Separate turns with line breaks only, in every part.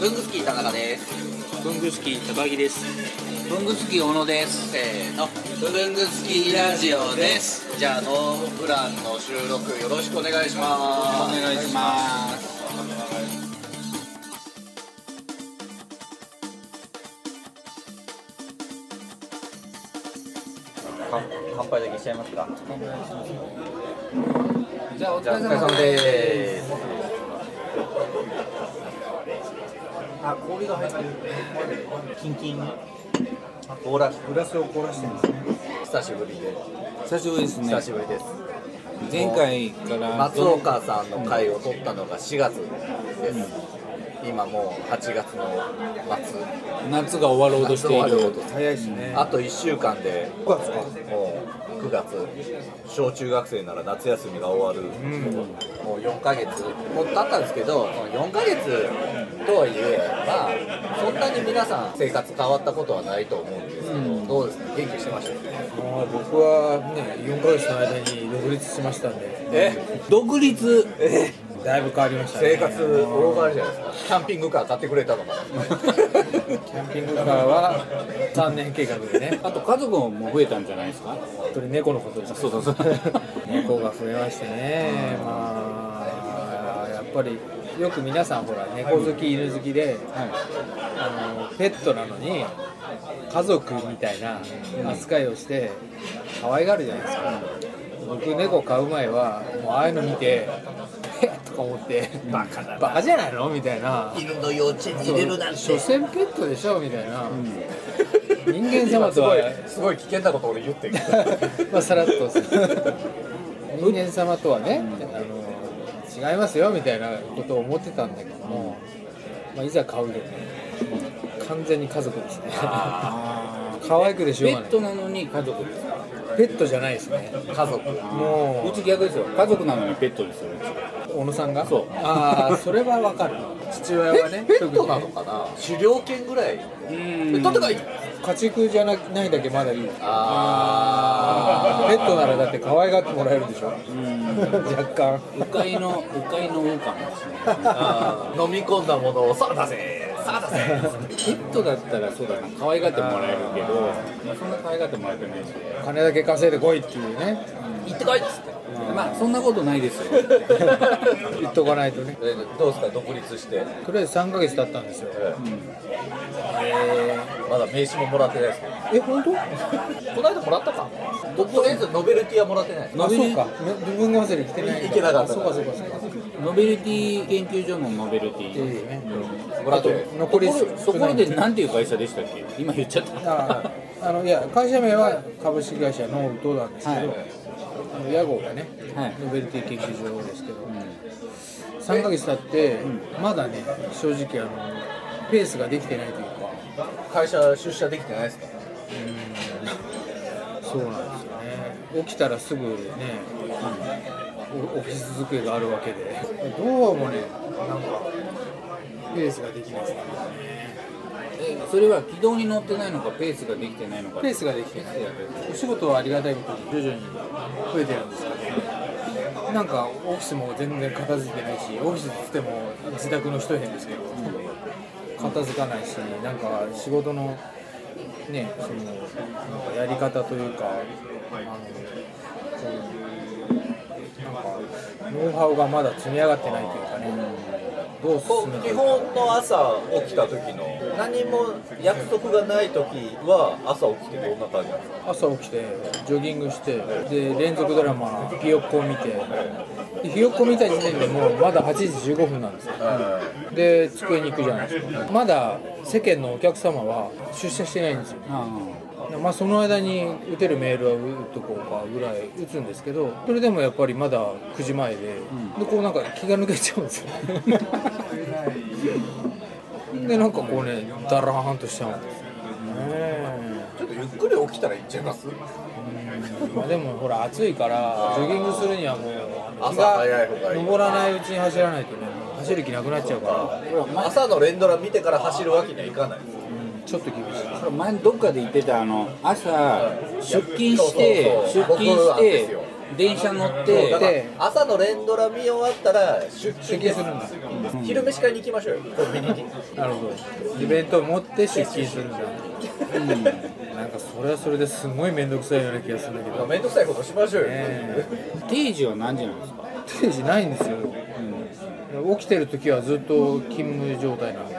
ブングスキー田中です
ブングスキー高木です。
ブングスキー小野ですせーのブングスキーラジオですじゃあノープランの収録よろしくお願いします
お願いし
ます乾杯だけしちゃいますか
じゃあお
じゃあお疲れ様でーす
あ、氷が入ってる。キンキン。
オーラ
グラスを凍らしてるんですね。
久しぶりで
久しぶりですね
久。しぶりです
前回から
松岡さんの回を取ったのが4月です、今もう8月の末
夏が終わろうとしてい
夏終わろう
る
と。
早いですね
あと1週間で
9月か。
もう9月小中学生なら夏休みが終わる、もう4ヶ月もう経ったんですけどその4ヶ月とはいえまあそんなに皆さん生活変わったことはないと思うんですけど、
うん
どうですか元気してました
もう僕はね、4ヶ月の間に独立しましたんで。
え
独立。だいぶ変わりましたね。
生活大 変わりじゃないですかキャンピングカー買ってくれたのかな
キャンピングカーは3年計画でね。
あと家族も増えたんじゃないですか
本当に猫のことです。
そうそうそう
猫が増えましてね、まあ、やっぱりよく皆さん、ほら、猫好き、犬好きで、
は
あのペットなのに、家族みたいな扱いをして、可愛がるじゃないですか、僕、猫飼う前は、もうああいうの見て、えっとか思って、バカだバカじゃないのみたいな、
犬の幼稚園に
所詮ペットでしょみたいな、人間
今
様
す
と
ご。
はい
すごい危険なこと俺言ってる
まあさらっと人間様とはね、あの違いますよみたいなことを思ってたんだけども、まあ、いざ買うとね完全に家族ですね可愛くでしょう
ペ
がな
ッ
い
トなのに家族ですか
ペットじゃないですね
家族
も
うち逆ですよ家族なのにペットですようち
う小野さんが
そう
ああそれはわかる父親 はね
ペットなのかな狩猟犬ぐらいペットとかいい
家畜じゃなないだけまだいい
あ
ペットならだって可愛がってもらえるでしょ若干
うかいのうかいの王冠ですね
あー飲み込んだものをさあ出せさあ出
ペットだったらそうだな可愛がってもらえるけどまあそんな可愛がってもらえてないし
金だけ稼いでこいっていうね
せ行ってこいっつって
まあそんなことないですよ
言っとかないとね
えどうですか独立して、
とりあえず3ヶ月経ったんですよ
え
え
ーまだ名刺ももらってないですけ
ー、え本当
どこの間もらったか僕とりあえずノベルティはもらってない
あそうかめ文具忘れ来てない
いけなかった
あそうかそうかそうか
ノベルティ研究所のノベルテ
いい
ィ
ね
もらってない
とこ
残り
ろところで何ていう会社でしたっけ今言っちゃった
ああのいや会社名は株式会社ノートなんですけ
はい
ど、あの屋号がね、
はい
ノベルティ研究所ですけど、3ヶ月経って、まだね正直あのペースができてないというか
会社出社できてないですか
そうなんですよね起きたらすぐね、おオフィス机があるわけでどうもねなんかペースができないですね
えそれは軌道に乗ってないのかペースができてないのか
ペースができてないお仕事はありがたいことに徐々に増えてるんですけどなんかオフィスも全然片付いてないしオフィスっつっても自宅の一部屋ですけど片付かないしなんか仕事のねそのなんかやり方というかあのこうなんかノウハウがまだ積み上がってないというかねどう
こ
進め
う
て
基
いくか
本の朝起きた時の何も約束がない時は朝起きてどんな感じなんですか
朝起きてジョギングしてで連続ドラマ「ひよっこ」を見てでひよっこ見た時点でもうまだ8時15分なんですよで机に行くじゃないですかまだ世間のお客様は出社してないんですよ
あ
まあその間に打てるメールは打っとこうかぐらい打つんですけどそれでもやっぱりまだ9時前で,、でこうなんか気が抜けちゃうんですよでなんかこうねダラーンとしちゃうんですよね
ちょっとゆっくり起きたら行っちゃいます
まあでもほら暑いからジョギングするにはもう
朝
日が
早い方がいい
昇らないうちに走らないとねもう走る気なくなっちゃうから
朝の連ドラ見てから走るわけにはいかない
ちょっと厳しい
前どっかで言ってたあの朝出勤し
そうそ
て
う
出
そう
勤
僕は
し
です
て
よ
電車乗って
だから
で
朝の連ドラ見終わったら出
出
勤
勤
ですす
る
る
んだ
昼飯会に行きましょうよコンビニに
なるほどイベントを持って出勤するんだ
うん
なんかそれはそれですごい面倒くさいような気がするんだけど
面倒くさいことしましょうよ、
ね
定時は何時なんですか
定時ないんですよ、起きてる時はずっと勤務状態なんで、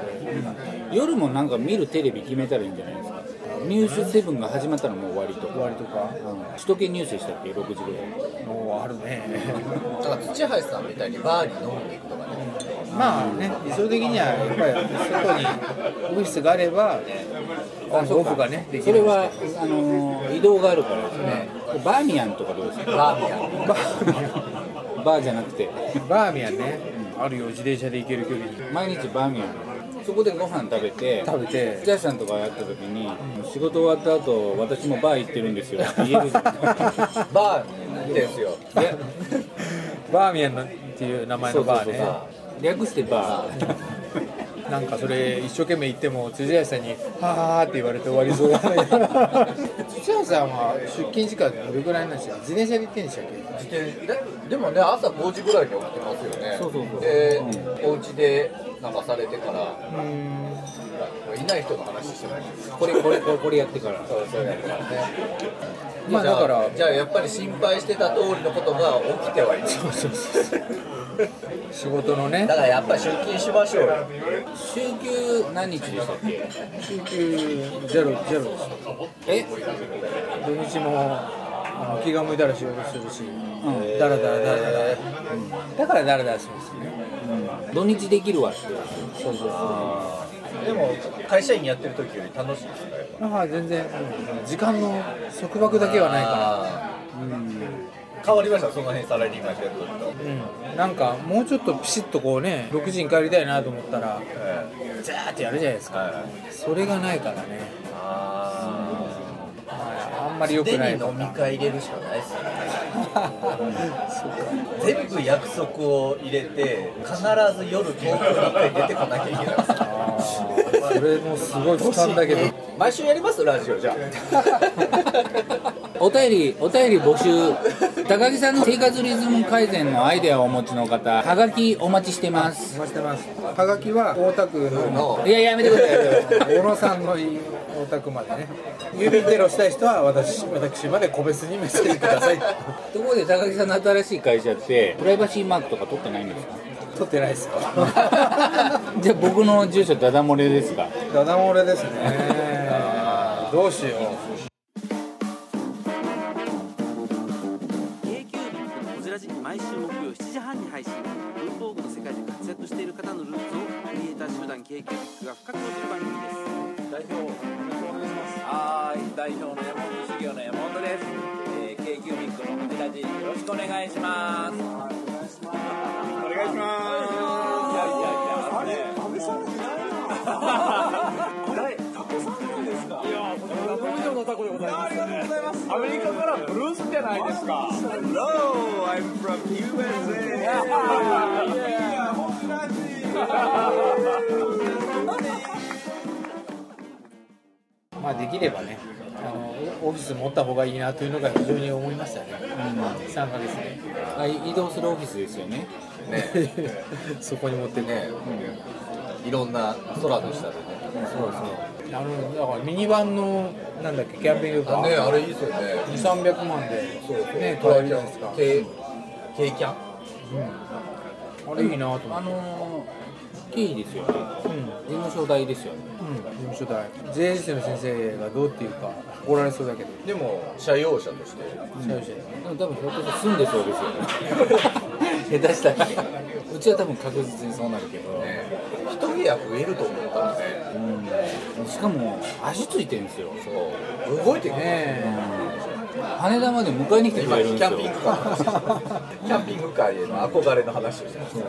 夜もなんか見るテレビ決めたらいいんじゃないですかニュースセブンが始まったらもう終わりと
終わりとか
うん首都圏ニュースでしたっけ6時ぐらい
もうあるね
なんか土橋さんみたいにバーに飲みに行くとかね
まあね理想的にはやっぱり外にオフィスがあればオンオフがねでき
それ
るんです
はあのー移動があるからですねバーミヤンとかどうですか
バーミヤン
バーミヤ
バーじゃなくて
ンバーミヤンね、あるよ自転車で行ける距離に
毎日バーミヤンそこでご飯食べて
食べて
土屋さんとかやった時に仕事終わった後私もバー行ってるんですよって 言える
バーにですよ
や
バーミヤンのっていう名前のバーね
略してバー
なんかそれ一生懸命言っても辻橋さんに「はあ」って言われて終わりそうだな辻橋さんは出勤時間どれぐらいなんですか自転車で行ってんでしたっけ
自転ねでもね朝5時ぐらいに起きてますよね
そうそうそう
で、
う
お家でなんかされてから
うーん
いない人の話してない
これこれこれこれやってから
そうそうやってますね
まあ
じゃ
だから
じゃあやっぱり心配してた通りのことが起きてはいない
仕事のね
だからやっぱり出勤しましょうよ
週休何日でしたっけ
週休ゼロゼロです
え
土日もあの気が向いたら仕事するし、
ん
だらだらだらだら、だからだらだらしますよね
土日できるわって
そうそうそう
でも会社員やってる時より楽しいですね
まあ全然、うん時間の束縛だけはないか
うん変わりましたその辺サラリーマンやってる時と、
ら、うん、なんかもうちょっとピシッとこうね6時に帰りたいなと思ったら
え
ジャーってやるじゃないです
え
か
はい
それがないからね、
あ
はいあんま
あ
り良くない
に
か
飲み会入れるしかないですよね
らそうか
全部約束を入れて必ず夜東京に一回出てこなきゃいけないんですよ
あーそれもすごい負担だけ ど
毎週やりますラジオじゃあ
お便りお便り募集高木さんの生活リズム改善のアイデアをお持ちの方はがきお待ちしてます
お待ちしてますはがきは大田区の
の
いややめてくださ い
小野さんのお宅までね郵便テロしたい人は私私まで個別にメッセージください
ところで高木さんの新しい会社ってプライバシーマークとか取ってないん ですか
撮ってないですよ
じゃあ僕の住所ダダ漏れですか
ダダ漏れですねどうしよ
k q b のこじらじ毎週木曜7時半に配信文房具の世界で活躍している方のルーツをクリエイター集団 k q b が深く落ちる番組です代表よろしくお願いします
はーい代表の山本修行の山本です、えー、k q ミックの藤田じよろしくお願いしますお願いしますお願いしますいやいやいやあれ旅さんじないなタコさんなんですかいやこれは以上のタコでございますありがとうございますアメリカからブルースじゃないですか Hello I'm from USA いや本ラ
うまあできればねあのオフィス持った方がいいなというのが非常に思いましたね、3ヶ月で
あ移動するオフィスですよね
そこに持ってね、
いろんな空の下でね
あのだからミニバンのなんだっけキャンピングカ
あね
ー
あれいいですよね
2 3 0 0万でね買えるじゃないですか
軽軽キャン
あれいいなと思って
あのー、経費ですよね
うん
事務所代ですよね
うん、事務所代 JS の先生がどうっていうか怒られそうだけど
でも社用車として
社用車で
でも多分ひょっとしたら住んでそうですよね 下手したらうちは多分確実にそうなるけど、
一部屋増えると思うからね
うん、しかも足ついてるんですよ
そう動いてくる
ね
羽田まで迎えに来てく
今
れ
キ
るんで
ャ
す
ン
よ
ピングカーの話してキャンピングカーへの憧れの話をしてます
えいや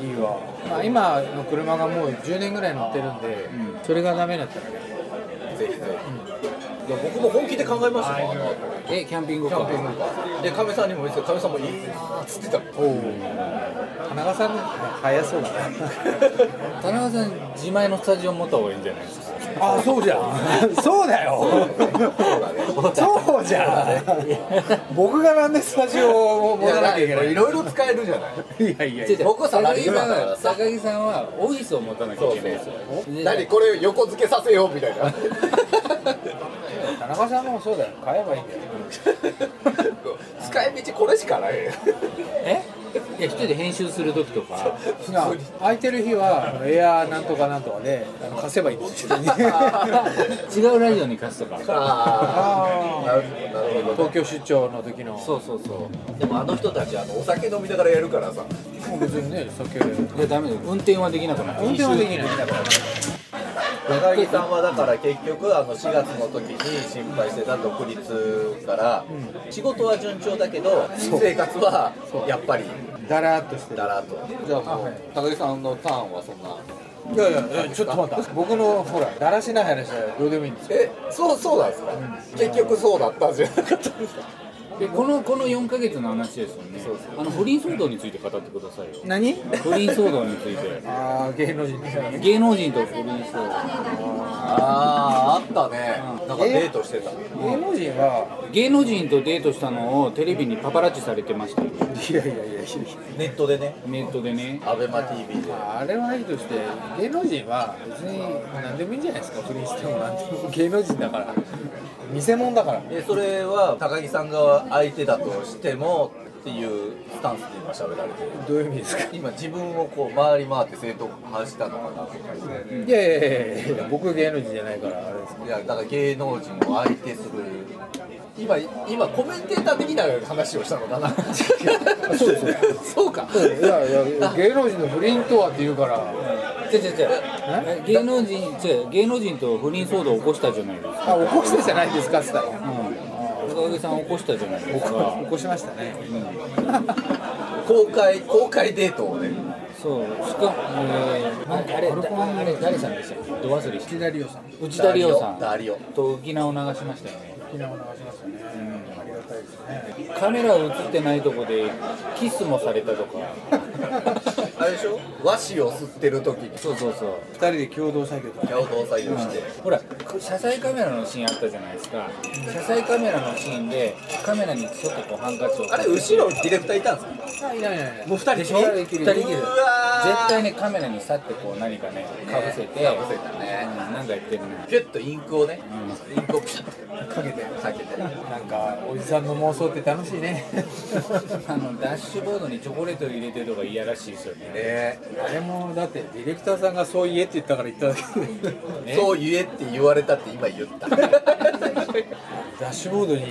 ーいいわ、まあ、今の車がもう10年ぐらい乗ってるんで、それがダメだったらね
ぜひぜひいや僕も本気で考えましたよあの後
えキャンピング
キ
カ
ャンピン
ー
グカーでかみさんにも言ってかみさんもいいなっつってた
おお花川さんの早そうだな
田中さん自前のスタジオ持った方がいいんじゃないですか
あそうじゃんそうだよ
そうだね
そうよじゃあ僕がなんでスタジオを
い
戻
や
らな
だ
きゃい
け
け
ど
ない
いろいろ使えるじゃない
いやいや
違う違う僕はサラリーマンだからさ
高木さんはオフィスを持たなきゃいけないんですよで
何これ横付けさせようみたいな
田中さんもそうだよ買えばいいんだよ
使い道これしかないよ
えいや一人で編集する時とか
な空いてる日はあのエアーなんとかなんとかであの貸せばいいんですよ
違うラジオに貸すとか
ああ
あ
なるほ
ー
ど
東京出張の時の
そうそうそ
でもあの人たちあのお酒飲みながらやるからさ
もう別にね酒
ういやダメだよ運転はできなくなる
運転はできない
高木さんはだから結局あの4月の時に心配してた独立から、仕事は順調だけど生活はやっぱり
だらーっとしてる
だらっとじゃあもう高木さんのターンはそんない
やいやいやちょっと待った僕のほらだらしない話はどうでもいいんですよ
えそうそうなんですか、結局そうだったんじゃなかったんですか
でこのこの4ヶ月の話ですよねあの不倫騒動について語ってくださいよ
何
不倫騒動について
ああ芸能人ですね
芸能人と不倫騒動
あああったね、なんかデートしてた
芸能人は
芸能人とデートしたのをテレビにパパラッチされてましたよ
いやいやいやいや
ネットでね
ネットでね
アベマ t v で
あれはいいとして芸能人は別に何でもいいんじゃないですか不倫しても何でも 芸能人だから偽物だから
えそれは高木さんが相手だとしてもっていうスタンスで今喋られてる
どういう意味ですか
今自分をこう回り回って正当化したのかなとかい
いやいやいやいや僕芸能人じゃないからあれです
やだから芸能人を相手する今今コメンテーター的な話をしたのかなそうですね そうか
いやいや芸能人の不倫とはって言うから
違う違う違うえ芸能人違う芸能人と不倫騒動を起こしたじゃないですか
あ起こしてじゃないですかっつったら
高木さん起こしたじゃないですか
起こしましたね
公開公開デートをね
そうしかも、えー、なんかあれあれ誰さんでしたっけど忘れして
左をさん
内田理央さ
ダリオ
んと浮き名を流しましたよね
沖縄流しましたねありがたいですね
カメラ映ってないとこでキスもされたとか
あれでしょ和紙を吸ってる時に
そうそうそう
二人で共同作業とか
共同作業して
ほら車載カメラのシーンあったじゃないですか車載カメラのシーンでカメラにちょっとこうハンカチを
あれ後ろディレクターいたんですか
あいないいないいない
もう2人でしょ
二人できる
二人できる
う
う
わ
わ
絶対
に
ねカメラにさってこう何かねかぶせて、
かぶせたね
うんなんかやってるね
ピュッとインクをねインクをピシャッとかけてかけて
なんかおじさんの妄想って楽しいね
あのダッシュボードにチョコレート入れてるとかいやらしいですよね
ね
あれもだってディレクターさんがそう言えって言ったから言っただけで
ね
そう言えって言われたって今言 った。
ダッシュボードに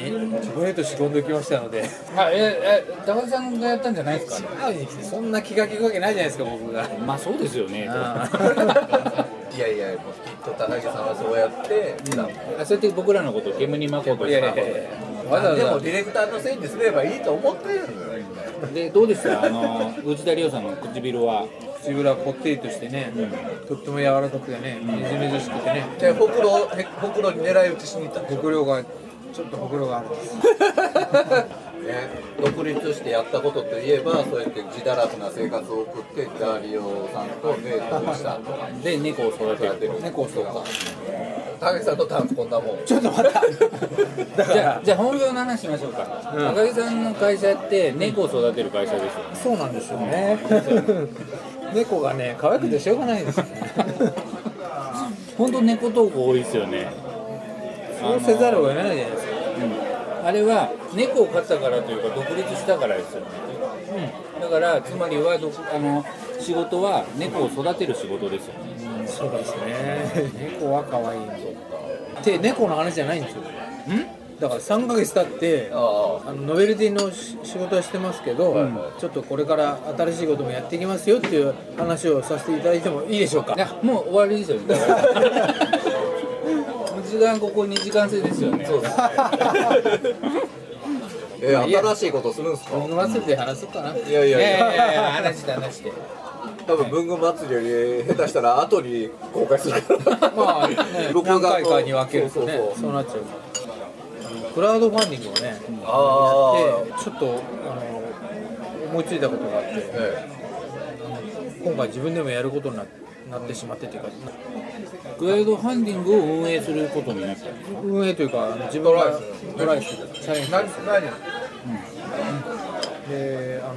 チョコレート仕込んでおきましたので
あええ高木さんがやったんじゃないですかね
会いに来てそんな気が利くわけないじゃないですか僕が
まあそうですよ
い
ね
やいや、もうきっと高木さんはそうやって、
あそうやって僕らのことを煙に巻こうと
い
し
やい
た
やいやわざわ
でも
ざ
ディレクターのせいにすればいいと思ってるのよ。
でどうでしたあの内田理央さんの唇は
唇はぽってりとしてね、とっても柔らかくてねみずみずしくてね
で、ほくろ、へほくろに狙い撃ちしに行ったんでしょ。
ほくろがちょっとほくろがあるんです
ね、独立してやったことといえば、そうやって自堕落な生活を送って、ダリオさんとデートをしたとか。
で猫を育て
やっ
る
てる
猫とか
高木さんとタンこんなもん。
ちょっと待った だか
じゃあ
ら
じゃあ本業の話しましょうか、高木さんの会社って猫を育てる会社ですよね
そうなんですよね 猫がね可愛くてしょうがないですよね
本当猫投稿多いですよね
そうせざるを得ないじゃないですか
あれは猫を飼ったからというか独立したからですよね、だからつまりはどあの仕事は猫を育てる仕事ですよね
そうですね。 猫は可愛いんで。で、猫の話じゃないんですよ。だから3ヶ月経って、あ
あ
のノベルティのし仕事はしてますけど、ちょっとこれから新しいこともやっていきますよっていう話をさせていただいてもいいでしょうか
い。やもう終わりですよねだから もう時間ここ2時間制ですよねそうです
あ。え、新しいことするんですか
僕のせて話そうかな。
いやいやいや。
いやいや話して話して
多分文具祭りより下手したら後に公開するから
まあ、 ね、何回かに分ける
そ
と
う
ね、
そ
そ
うそ
う
う
なっちゃうから。クラウドファンディングをね、
あー
でちょっとあの思いついたことがあって、
え
今回自分でもやることにななってしまってというか、
クラウドファンディングを運営することになった
運営というか、自分がトライする、チャレンジ
何何
で、あの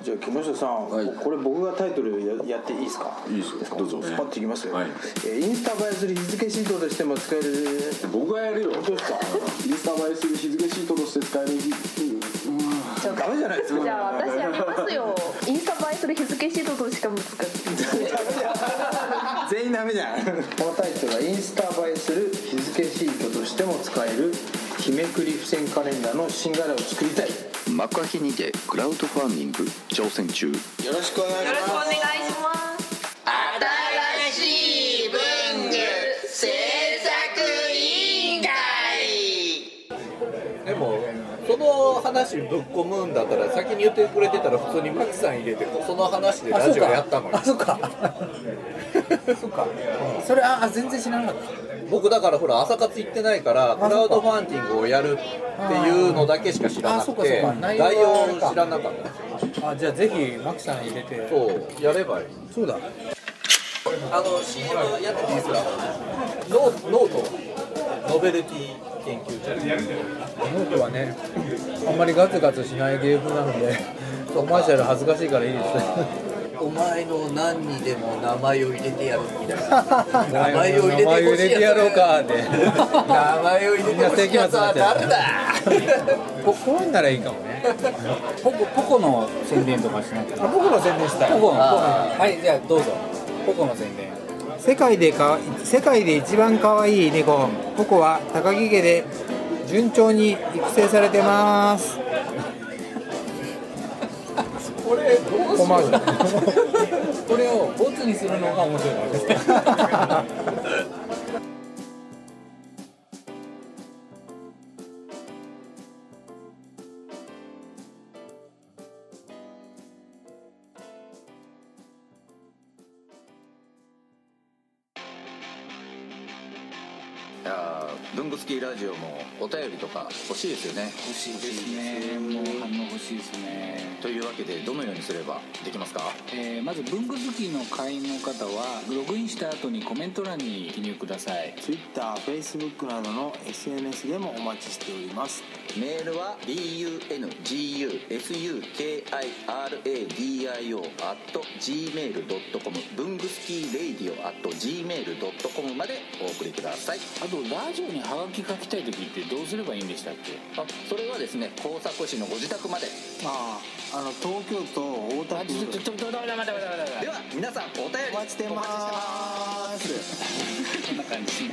じゃあ木下さん、
はい
これ僕がタイトルややっていいですか
いいですよ
か
どうぞ
スパッといきますよ、
はい
えーインスタ映えする日付シートとしても使える
僕がやるよ
どうですか
インスタ映えする日付シートとして使える日
ダメじゃないですか
じゃあ私やりますよインスタ映えする日付シートとしかも使って
全員ダメじゃんこのタイトルはインスタ映えする日付シートとしても使える日めくり付箋カレンダーの新柄を作りたいよ
幕開けにてクラウドファンディング挑戦中
ろしくお願いします
願いします
でもその話ぶっ込むんだったら先に言ってくれてたら普通にマキさん入れてその話でラジオやったのに
あ、そっか、そっか、それ、あ、あ全然知らなかっ
僕だからほら朝活行ってないからクラウドファンディングをやるっていうのだけしか知らなくて
あーあーそうかそうか内
内
容は
容を知らなかった
た、あじゃあ、ぜひ、マキさん入れて、
そうやればいい
そうだ、
あの CM やってますかノノートノベルティ研究所
ノートはね、あんまりガツガツしない芸風なので、 コマーシャル恥ずかしいからいいですね。
お前の何にでも名前を入れてやるみたい
名前を入れてやろうかって
名前を入れてほしいやつは誰だ
ここうならいいかもね
ポコポコの宣伝とかしなくて
僕の宣伝した
ポ
い
コのはいじゃあどうぞポコの宣伝
世界でか世界で一番可愛い猫ココは高木家で順調に育成されてます
これどうしよう
これをボツにするのが面白いかもしれない
いやー文具好きラジオもお便りとか欲しいですよね
欲しいですねもう反応欲しいですね
というわけでどのようにすればできますか
えーまず文具好きの会員の方はログインした後にコメント欄に記入ください
TwitterFacebook などの SNS でもお待ちしております
メールは bungusukradio gmail.com 文具好きレイディオ gmail.com までお送りください
あとラジオにハガキ書きたい時ってどうすればいいんでしたっけ
あそれはですね工作士のご自宅まで
あああの東京都大田
あ
区
ちょっとちょっとダメダメダメダメダメ
では皆さんお便り
お待ちしてます
こんな感じ